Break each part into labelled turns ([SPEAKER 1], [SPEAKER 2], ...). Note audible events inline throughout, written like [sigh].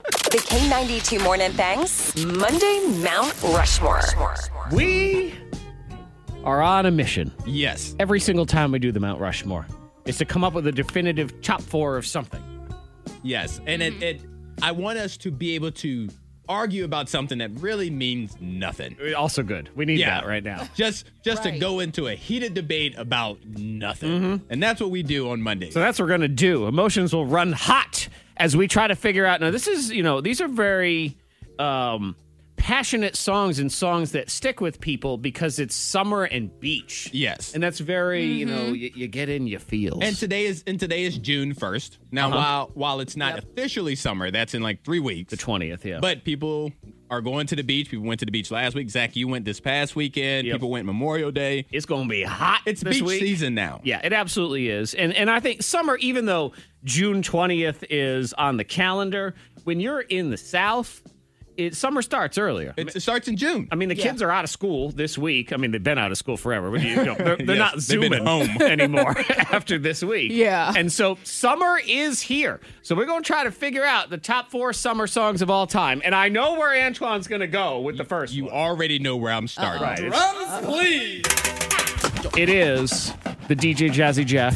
[SPEAKER 1] The K92 Morning Thanks, Monday Mount Rushmore.
[SPEAKER 2] We are on a mission
[SPEAKER 3] Yes.
[SPEAKER 2] every single time we do the Mount Rushmore is to come up with a definitive top four of something.
[SPEAKER 3] Yes. And it, it I want us to be able to argue about something that really means nothing.
[SPEAKER 2] Also good. We need that right now.
[SPEAKER 3] Just just to go into a heated debate about nothing. And that's what we do on Monday.
[SPEAKER 2] Mm-hmm. So that's what we're going to do. Emotions will run hot as we try to figure out. Now, this is, you know, these are very um, passionate songs and songs that stick with people because it's summer and beach.
[SPEAKER 3] Yes.
[SPEAKER 2] And that's very, you know, you, you get in, you feel.
[SPEAKER 3] and today is and today is June 1st. Now while while it's not officially summer, that's in like 3 weeks.
[SPEAKER 2] Uh-huh. the 20th, yeah.
[SPEAKER 3] But people are going to the beach. People went to the beach last week. Zach, you went this past weekend.
[SPEAKER 2] Yep.
[SPEAKER 3] People went Memorial Day.
[SPEAKER 2] it's going to be hot.
[SPEAKER 3] It's
[SPEAKER 2] this
[SPEAKER 3] beach
[SPEAKER 2] week.
[SPEAKER 3] season now.
[SPEAKER 2] Yeah, it absolutely is. And and I think summer, even though June twentieth is on the calendar, when you're in the South, it summer starts earlier.
[SPEAKER 3] It's, it starts in June.
[SPEAKER 2] I mean, the kids are out of school this week. I mean, they've been out of school forever, but you know, they're,
[SPEAKER 3] [laughs]
[SPEAKER 2] they're
[SPEAKER 3] Yes,
[SPEAKER 2] not
[SPEAKER 3] they've been
[SPEAKER 2] zooming [laughs]
[SPEAKER 3] home. [laughs]
[SPEAKER 2] anymore after this week.
[SPEAKER 4] Yeah.
[SPEAKER 2] And so summer is here. So we're going to try to figure out the top four summer songs of all time. And I know where Antoine's going to go with the first
[SPEAKER 3] you
[SPEAKER 2] one.
[SPEAKER 3] already know where I'm starting.
[SPEAKER 2] Right, it's- It is the DJ Jazzy Jeff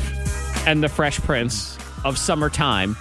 [SPEAKER 2] and the Fresh Prince of Summertime.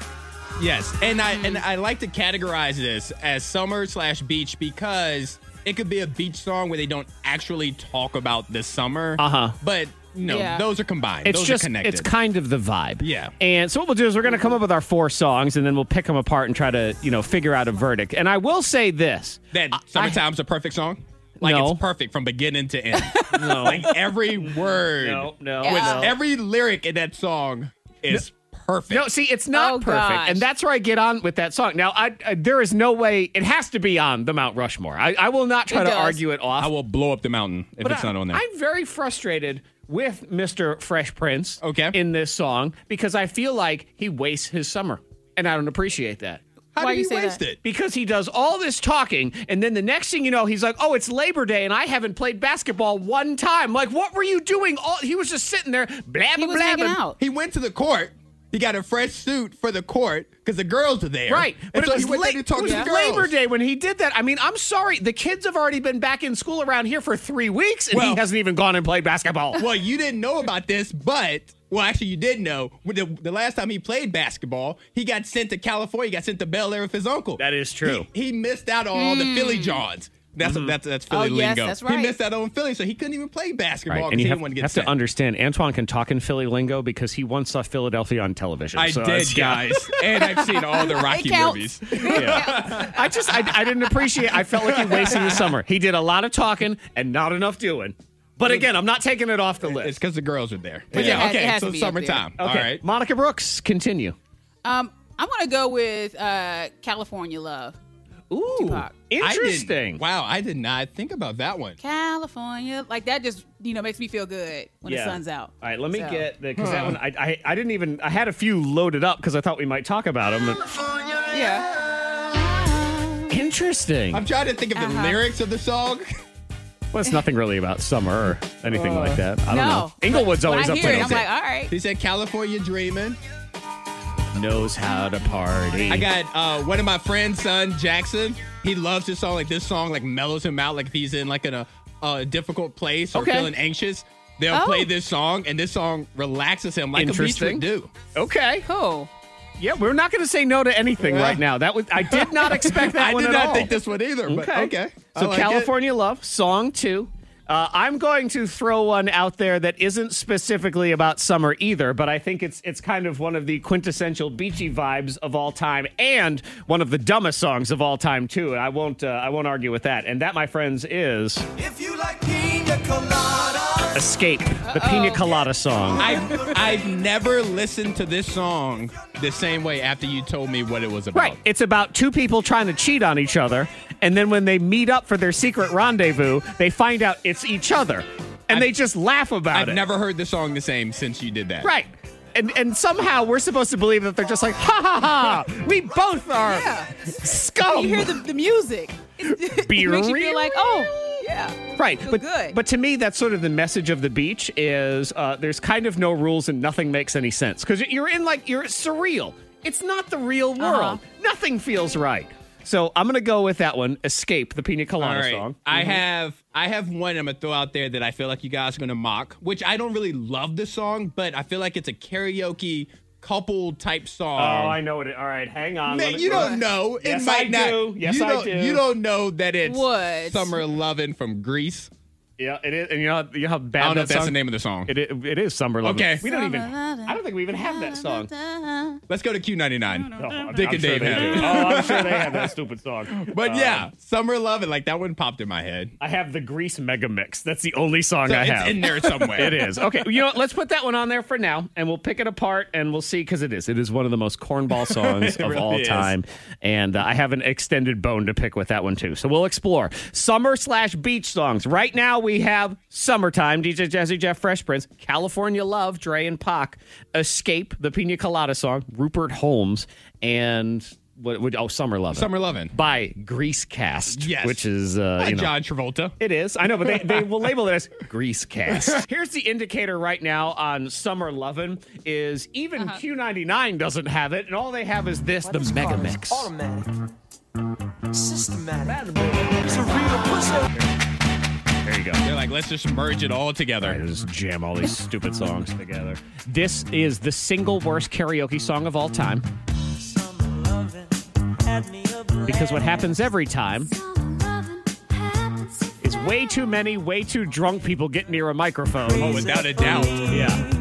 [SPEAKER 3] Yes, and I and I like to categorize this as summer slash beach because it could be a beach song where they don't actually talk about the summer. Uh
[SPEAKER 2] Uh-huh.
[SPEAKER 3] But no,
[SPEAKER 4] Yeah.
[SPEAKER 3] those are combined.
[SPEAKER 2] It's
[SPEAKER 3] those
[SPEAKER 2] just
[SPEAKER 3] are connected.
[SPEAKER 2] it's kind of the vibe.
[SPEAKER 3] Yeah.
[SPEAKER 2] And so what we'll do is we're going to come up with our four songs and then we'll pick them apart and try to, you know, figure out a verdict. And I will say this.
[SPEAKER 3] that sometimes a perfect song. Like
[SPEAKER 2] No.
[SPEAKER 3] it's perfect from beginning to end.
[SPEAKER 2] [laughs]
[SPEAKER 3] [laughs]
[SPEAKER 2] No.
[SPEAKER 3] like every word.
[SPEAKER 2] No, no,
[SPEAKER 3] With
[SPEAKER 2] no.
[SPEAKER 3] every lyric in that song is perfect.
[SPEAKER 2] No, see, it's not
[SPEAKER 4] Oh,
[SPEAKER 2] perfect,
[SPEAKER 4] gosh.
[SPEAKER 2] and that's where I get on with that song. Now, I, I there is no way it has to be on the Mount Rushmore. I, I will not try
[SPEAKER 4] It
[SPEAKER 2] to
[SPEAKER 4] does.
[SPEAKER 2] argue it off.
[SPEAKER 3] I will blow up the mountain if
[SPEAKER 2] But
[SPEAKER 3] it's not on there.
[SPEAKER 2] I'm very frustrated with Mr. Fresh Prince
[SPEAKER 3] Okay.
[SPEAKER 2] in this song because I feel like he wastes his summer. And I don't appreciate that.
[SPEAKER 3] How
[SPEAKER 4] Why
[SPEAKER 3] did
[SPEAKER 4] you
[SPEAKER 3] he
[SPEAKER 4] say
[SPEAKER 3] waste
[SPEAKER 4] that?
[SPEAKER 3] it?
[SPEAKER 2] Because he does all this talking, and then the next thing you know, he's like, "Oh, it's Labor Day, and I haven't played basketball one time." Like, what were you doing? All he was just sitting there, blabbing,
[SPEAKER 4] He was
[SPEAKER 2] blabbing.
[SPEAKER 4] hanging out.
[SPEAKER 3] He went to the court. He got a fresh suit for the court because the girls are there.
[SPEAKER 2] Right,
[SPEAKER 3] And
[SPEAKER 2] but
[SPEAKER 3] so
[SPEAKER 2] it was,
[SPEAKER 3] he went
[SPEAKER 2] la-
[SPEAKER 3] there to talk
[SPEAKER 2] it
[SPEAKER 3] to the
[SPEAKER 2] was
[SPEAKER 3] girls.
[SPEAKER 2] Labor Day when he did that. I mean, I'm sorry, the kids have already been back in school around here for three weeks, and he
[SPEAKER 3] Well-
[SPEAKER 2] hasn't even gone and played basketball.
[SPEAKER 3] Well, you didn't know about this, but well, actually, you did know. With The, the last time he played basketball, he got sent to California. He got sent to Bel Air with his uncle.
[SPEAKER 2] That is true. Mm-hmm.
[SPEAKER 3] He, he missed out on all the Philly Johns. That's that's that's Philly
[SPEAKER 4] Hmm. Oh, yes,
[SPEAKER 3] lingo.
[SPEAKER 4] that's
[SPEAKER 3] He
[SPEAKER 4] right.
[SPEAKER 3] missed out on Philly, so he couldn't even play basketball.
[SPEAKER 2] Right,
[SPEAKER 3] 'cause
[SPEAKER 2] and
[SPEAKER 3] he
[SPEAKER 2] you
[SPEAKER 3] didn't
[SPEAKER 2] have,
[SPEAKER 3] want to get
[SPEAKER 2] have
[SPEAKER 3] sent.
[SPEAKER 2] to understand Antoine can talk in Philly lingo because he once saw Philadelphia on television.
[SPEAKER 3] I
[SPEAKER 2] so
[SPEAKER 3] did,
[SPEAKER 2] it's- yeah.
[SPEAKER 3] guys,
[SPEAKER 2] [laughs]
[SPEAKER 3] and I've seen all the Rocky
[SPEAKER 4] counts.
[SPEAKER 3] movies.
[SPEAKER 2] I just I, I didn't appreciate. I felt like he wasted the summer. He did a lot of talking and not enough doing. But again, I'm not taking it off the
[SPEAKER 3] It's
[SPEAKER 2] list.
[SPEAKER 3] because the girls are there.
[SPEAKER 4] But it has- it
[SPEAKER 3] okay,
[SPEAKER 4] has
[SPEAKER 3] so
[SPEAKER 4] to be up there.
[SPEAKER 3] summertime. All
[SPEAKER 2] Okay,
[SPEAKER 3] right.
[SPEAKER 2] Monica Brooks, continue.
[SPEAKER 4] Um, I'm gonna go with uh, California Love.
[SPEAKER 2] Ooh,
[SPEAKER 4] Tupac.
[SPEAKER 3] I didn't-
[SPEAKER 2] interesting.
[SPEAKER 3] wow, I did not think about that one.
[SPEAKER 4] California, like that just you know makes me feel good when
[SPEAKER 2] Yeah.
[SPEAKER 4] the sun's out.
[SPEAKER 2] All right, let me
[SPEAKER 4] So-
[SPEAKER 2] get the because that one I, I I didn't even I had a few loaded up because I thought we might talk about them.
[SPEAKER 4] Yeah.
[SPEAKER 2] Interesting.
[SPEAKER 3] I'm trying to think of the
[SPEAKER 4] Uh-huh.
[SPEAKER 3] lyrics of the song. [laughs]
[SPEAKER 2] Well, it's nothing really about summer or anything
[SPEAKER 3] Uh.
[SPEAKER 2] like that. I don't know.
[SPEAKER 4] No.
[SPEAKER 2] Inglewood's
[SPEAKER 4] When
[SPEAKER 2] always
[SPEAKER 4] I
[SPEAKER 2] up
[SPEAKER 4] hear
[SPEAKER 2] there.
[SPEAKER 4] it, I'm like, all right.
[SPEAKER 3] He said California Dreamin'.
[SPEAKER 4] uh.
[SPEAKER 2] knows how to party.
[SPEAKER 3] I got uh, one of my friends, son Jackson. He loves this song. Like this song, like mellows him out. Like if he's in like in a, a difficult place or
[SPEAKER 2] Okay.
[SPEAKER 3] feeling anxious, they'll
[SPEAKER 4] Oh.
[SPEAKER 3] play this song, and this song relaxes him like a beach
[SPEAKER 2] Interesting.
[SPEAKER 3] would do.
[SPEAKER 2] okay.
[SPEAKER 4] Cool.
[SPEAKER 2] Yeah, we're not going to say no to anything
[SPEAKER 3] Yeah.
[SPEAKER 2] right now. That was I did not expect that
[SPEAKER 3] [laughs] I
[SPEAKER 2] one
[SPEAKER 3] did
[SPEAKER 2] at
[SPEAKER 3] not
[SPEAKER 2] all.
[SPEAKER 3] think this one either. But okay, I
[SPEAKER 2] So
[SPEAKER 3] like it.
[SPEAKER 2] California Love, song two. Uh, I'm going to throw one out there that isn't specifically about summer either, but I think it's it's kind of one of the quintessential beachy vibes of all time, and one of the dumbest songs of all time too. And I won't uh, I won't argue with that. And that, my friends, is
[SPEAKER 5] If you like pina coladas,
[SPEAKER 2] Escape, the Pina Colada song.
[SPEAKER 3] I've, I've never listened to this song the same way after you told me what it was about.
[SPEAKER 2] Right. It's about two people trying to cheat on each other. And then when they meet up for their secret rendezvous, they find out it's each other. And they just laugh about
[SPEAKER 3] I've
[SPEAKER 2] it.
[SPEAKER 3] never heard the song the same since you did that.
[SPEAKER 2] Right. And, and somehow we're supposed to believe that they're just like, ha ha ha, we both are
[SPEAKER 4] Yeah.
[SPEAKER 2] scum.
[SPEAKER 4] You hear the, the music. It, it makes you feel like, oh, yeah.
[SPEAKER 2] right.
[SPEAKER 4] feel
[SPEAKER 2] But,
[SPEAKER 4] good.
[SPEAKER 2] but to me, that's sort of the message of the beach is uh, there's kind of no rules and nothing makes any
[SPEAKER 4] Uh-huh.
[SPEAKER 2] sense. Because you're in like, you're surreal. It's not the real world. Nothing feels right. So I'm gonna go with that one. Escape the Pina
[SPEAKER 3] All
[SPEAKER 2] Colada
[SPEAKER 3] right.
[SPEAKER 2] song.
[SPEAKER 3] I have I have one I'm gonna throw out there that I feel like you guys are gonna mock, which I don't really love the song, but I feel like it's a karaoke couple type song.
[SPEAKER 2] Oh, I know it. All right, hang on. Let
[SPEAKER 3] Man,
[SPEAKER 2] me-
[SPEAKER 3] you don't know. It
[SPEAKER 2] Yes,
[SPEAKER 3] might
[SPEAKER 2] I
[SPEAKER 3] not.
[SPEAKER 2] do. Yes,
[SPEAKER 3] you
[SPEAKER 2] I
[SPEAKER 3] don't,
[SPEAKER 2] do.
[SPEAKER 3] You don't know that it's
[SPEAKER 4] What?
[SPEAKER 3] summer loving from Greece.
[SPEAKER 2] Yeah, it is. And you know, how- you know how bad
[SPEAKER 3] I don't know
[SPEAKER 2] that
[SPEAKER 3] if that's
[SPEAKER 2] song-
[SPEAKER 3] the name of the song.
[SPEAKER 2] It is, it is Summer Lovin'.
[SPEAKER 3] Okay.
[SPEAKER 2] We don't even. I don't think we even have that song.
[SPEAKER 3] Let's go to Q99.
[SPEAKER 2] Oh, I'm-
[SPEAKER 3] Dick
[SPEAKER 2] I'm
[SPEAKER 3] and
[SPEAKER 2] sure
[SPEAKER 3] Dave
[SPEAKER 2] they
[SPEAKER 3] have
[SPEAKER 2] do. Oh,
[SPEAKER 3] it.
[SPEAKER 2] I'm sure they have that stupid song.
[SPEAKER 3] [laughs] But
[SPEAKER 2] Um,
[SPEAKER 3] yeah, summer loving. Like that one popped in my head.
[SPEAKER 2] I have the Grease Mega Mix. That's the only song
[SPEAKER 3] So
[SPEAKER 2] I
[SPEAKER 3] it's
[SPEAKER 2] have.
[SPEAKER 3] in there somewhere.
[SPEAKER 2] [laughs] It is. Okay. You know, what? let's put that one on there for now and we'll pick it apart and we'll see because it is. It is one of the most
[SPEAKER 3] [laughs]
[SPEAKER 2] cornball songs of
[SPEAKER 3] really
[SPEAKER 2] all
[SPEAKER 3] is.
[SPEAKER 2] time. And uh, I have an extended bone to pick with that one too. So we'll explore summer slash beach songs. Right now we have Summertime, DJ Jazzy Jeff Fresh Prince, California Love, Dre and Pac, Escape, the Pina Colada song, Rupert Holmes, and. What would oh summer loving
[SPEAKER 3] Summer Lovin'.
[SPEAKER 2] by Grease Cast
[SPEAKER 3] Yes.
[SPEAKER 2] which is uh,
[SPEAKER 3] Hi,
[SPEAKER 2] you know,
[SPEAKER 3] John Travolta.
[SPEAKER 2] it is. I know, but they, [laughs] they will label it as grease cast. [laughs] Here's the indicator right now on Summer Lovin' is even Q99 doesn't have it, and all they have is this, the Mega Mix.
[SPEAKER 5] Automatic. Systematic. He's a real pussy.
[SPEAKER 2] There you go.
[SPEAKER 3] They're like, let's just merge it all together.
[SPEAKER 2] I just jam all these stupid songs together. This is the single worst karaoke song of all time because what happens every time is way too many, way too drunk people get near a microphone.
[SPEAKER 3] Oh, without a doubt.
[SPEAKER 2] Yeah.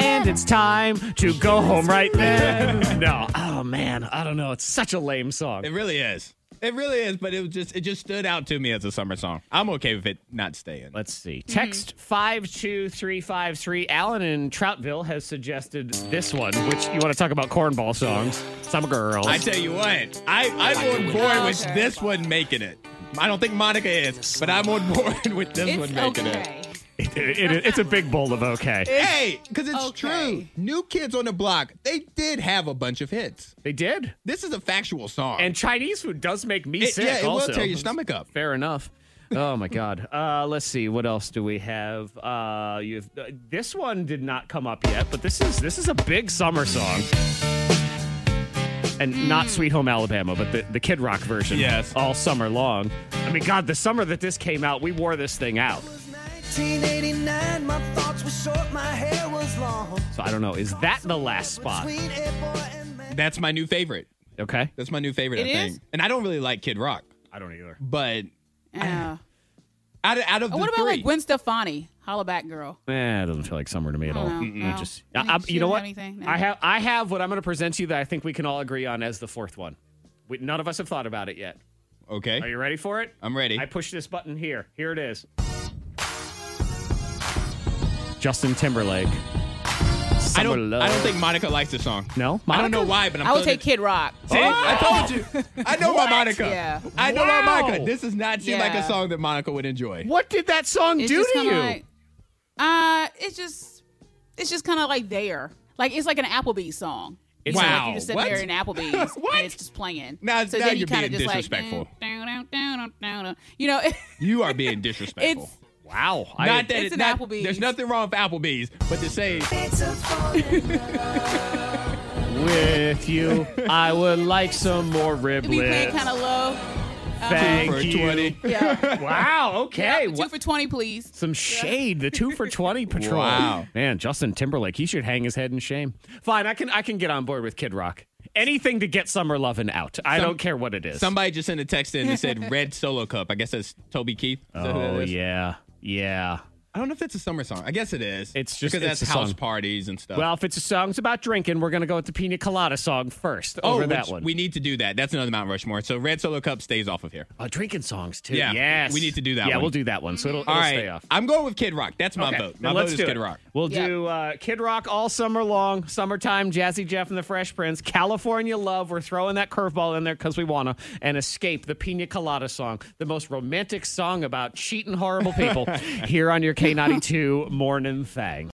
[SPEAKER 2] And it's time to go home right [laughs] then. no. Oh man, I don't know. It's such a lame song.
[SPEAKER 3] It really is. It really is, but it was just it just stood out to me as a summer song. I'm okay with it not staying.
[SPEAKER 2] Let's see.
[SPEAKER 3] Mm-hmm.
[SPEAKER 2] Text 52353. Alan in Troutville has suggested this one, which you want to talk about cornball songs. Summer girls.
[SPEAKER 3] I tell you what, I, I'm on board with
[SPEAKER 4] Okay.
[SPEAKER 3] this one making it. I don't think Monica is, but I'm on board [laughs] with this
[SPEAKER 4] It's
[SPEAKER 3] one making
[SPEAKER 4] okay.
[SPEAKER 2] [laughs] It- it- it's a big bowl of okay.
[SPEAKER 3] it. Hey, because it's true.
[SPEAKER 4] Okay.
[SPEAKER 3] New Kids on the Block, they did have a bunch of hits.
[SPEAKER 2] They did.
[SPEAKER 3] This is a factual song.
[SPEAKER 2] And Chinese food does make me
[SPEAKER 3] it,
[SPEAKER 2] sick.
[SPEAKER 3] yeah, it
[SPEAKER 2] also.
[SPEAKER 3] will tear your stomach up.
[SPEAKER 2] Fair enough. Oh my God. [laughs] Uh, let's see. What else do we have? Uh, you have, uh, this one did not come up yet, but this is this is a big summer song, and not Sweet Home Alabama, but the, the Kid Rock version.
[SPEAKER 3] Yes.
[SPEAKER 2] all summer long. I mean, God, the summer that this came out, we wore this thing out.
[SPEAKER 5] 1989, my thoughts were short, my hair was long.
[SPEAKER 2] So I don't know. Is that the last spot?
[SPEAKER 5] Between a boy and man.
[SPEAKER 3] That's my new favorite.
[SPEAKER 2] Okay.
[SPEAKER 3] That's my new favorite, I
[SPEAKER 4] It
[SPEAKER 3] think.
[SPEAKER 4] is?
[SPEAKER 3] And I don't really like Kid Rock,
[SPEAKER 2] I don't either.
[SPEAKER 3] but
[SPEAKER 4] Yeah.
[SPEAKER 3] out of, out of
[SPEAKER 4] And what
[SPEAKER 3] the
[SPEAKER 4] about
[SPEAKER 3] three,
[SPEAKER 4] like Gwen Stefani? Holla back, girl.
[SPEAKER 2] Eh, it doesn't feel like summer to me at all.
[SPEAKER 4] No,
[SPEAKER 2] Mm-mm.
[SPEAKER 4] no.
[SPEAKER 2] Just,
[SPEAKER 4] I
[SPEAKER 2] I,
[SPEAKER 4] mean,
[SPEAKER 2] I-
[SPEAKER 4] she
[SPEAKER 2] you know
[SPEAKER 4] didn't
[SPEAKER 2] what?
[SPEAKER 4] have anything, no.
[SPEAKER 2] I have I have what I'm going to present to you that I think we can all agree on as the fourth one. We, none of us have thought about it yet.
[SPEAKER 3] okay.
[SPEAKER 2] Are you ready for it?
[SPEAKER 3] I'm ready.
[SPEAKER 2] I push this button here. Here it is. Justin Timberlake.
[SPEAKER 3] I
[SPEAKER 2] Summer
[SPEAKER 3] don't.
[SPEAKER 2] love.
[SPEAKER 3] I don't think Monica likes this song.
[SPEAKER 2] No?
[SPEAKER 3] I don't know
[SPEAKER 2] Monica?
[SPEAKER 3] why, but I'm.
[SPEAKER 4] I would
[SPEAKER 3] feeling
[SPEAKER 4] take Kid Rock.
[SPEAKER 3] See, I told you. I know my Monica.
[SPEAKER 4] Yeah.
[SPEAKER 3] I know my
[SPEAKER 2] Wow.
[SPEAKER 3] Monica. This does not seem like a
[SPEAKER 4] Yeah.
[SPEAKER 3] song that Monica would enjoy.
[SPEAKER 2] What did that song
[SPEAKER 4] It's
[SPEAKER 2] do
[SPEAKER 4] just
[SPEAKER 2] to
[SPEAKER 4] kinda
[SPEAKER 2] you?
[SPEAKER 4] Like, uh, it's just, it's just kind of like there. Like it's like an Applebee's song.
[SPEAKER 2] It's
[SPEAKER 4] So,
[SPEAKER 3] Wow.
[SPEAKER 4] Like you just sit
[SPEAKER 3] What? [laughs]
[SPEAKER 4] there in Applebee's
[SPEAKER 3] What?
[SPEAKER 4] and it's just playing.
[SPEAKER 3] Now-
[SPEAKER 4] so
[SPEAKER 3] now
[SPEAKER 4] then you
[SPEAKER 3] you're
[SPEAKER 4] kind of
[SPEAKER 3] being
[SPEAKER 4] just
[SPEAKER 3] disrespectful.
[SPEAKER 4] like, dun, dun, dun, dun, dun, dun. [laughs] you know, [laughs]
[SPEAKER 3] You are being disrespectful.
[SPEAKER 4] it's
[SPEAKER 2] wow. I,
[SPEAKER 3] not that
[SPEAKER 4] It's
[SPEAKER 3] it's
[SPEAKER 4] an
[SPEAKER 3] not,
[SPEAKER 4] Applebee's.
[SPEAKER 3] There's nothing wrong with Applebee's, but to say
[SPEAKER 2] with you. [laughs] I would like some more
[SPEAKER 4] it be playing
[SPEAKER 2] riblets.
[SPEAKER 4] kind of low.
[SPEAKER 2] Thank
[SPEAKER 3] for
[SPEAKER 2] you.
[SPEAKER 3] 20.
[SPEAKER 4] Yeah.
[SPEAKER 3] [laughs]
[SPEAKER 2] Wow. Okay.
[SPEAKER 4] Two
[SPEAKER 2] What-
[SPEAKER 4] for twenty, please.
[SPEAKER 2] Some shade. The two for [laughs] twenty patrol.
[SPEAKER 3] Wow.
[SPEAKER 2] man, Justin Timberlake. He should hang his head in shame. Fine, I can I can get on board with Kid Rock. Anything to get summer lovin' out. I
[SPEAKER 3] Some-
[SPEAKER 2] don't care what it is.
[SPEAKER 3] Somebody just sent a text in and said red solo cup. I guess that's Toby Keith. Is that who that
[SPEAKER 2] oh
[SPEAKER 3] is?
[SPEAKER 2] yeah, yeah.
[SPEAKER 3] I don't know if that's a summer song. I guess it is.
[SPEAKER 2] It's just-
[SPEAKER 3] because
[SPEAKER 2] it's
[SPEAKER 3] that's
[SPEAKER 2] a
[SPEAKER 3] house
[SPEAKER 2] song.
[SPEAKER 3] parties and stuff.
[SPEAKER 2] Well, if it's a song about drinking, we're gonna go with the Pina Colada song first
[SPEAKER 3] oh,
[SPEAKER 2] over
[SPEAKER 3] which-
[SPEAKER 2] that one.
[SPEAKER 3] we need to do that. That's another Mount Rushmore. So red solo cup stays off of here.
[SPEAKER 2] Uh, drinking songs too.
[SPEAKER 3] Yeah,
[SPEAKER 2] yes,
[SPEAKER 3] we need to do that
[SPEAKER 2] Yeah,
[SPEAKER 3] one.
[SPEAKER 2] we'll do that one. So it'll,
[SPEAKER 3] All
[SPEAKER 2] it'll
[SPEAKER 3] right,
[SPEAKER 2] stay off.
[SPEAKER 3] I'm going with Kid Rock. That's my
[SPEAKER 2] Okay,
[SPEAKER 3] vote.
[SPEAKER 2] then
[SPEAKER 3] My
[SPEAKER 2] let's
[SPEAKER 3] vote is
[SPEAKER 2] do
[SPEAKER 3] Kid
[SPEAKER 2] it.
[SPEAKER 3] Rock.
[SPEAKER 2] We'll
[SPEAKER 4] Yeah.
[SPEAKER 2] do uh, Kid Rock all summer long, summertime, Jazzy Jeff and the Fresh Prince, California Love. We're throwing that curveball in there because we wanna, and Escape, the Pina Colada song, the most
[SPEAKER 3] [laughs]
[SPEAKER 2] romantic song about cheating horrible people. here on your K92 Morning Thang.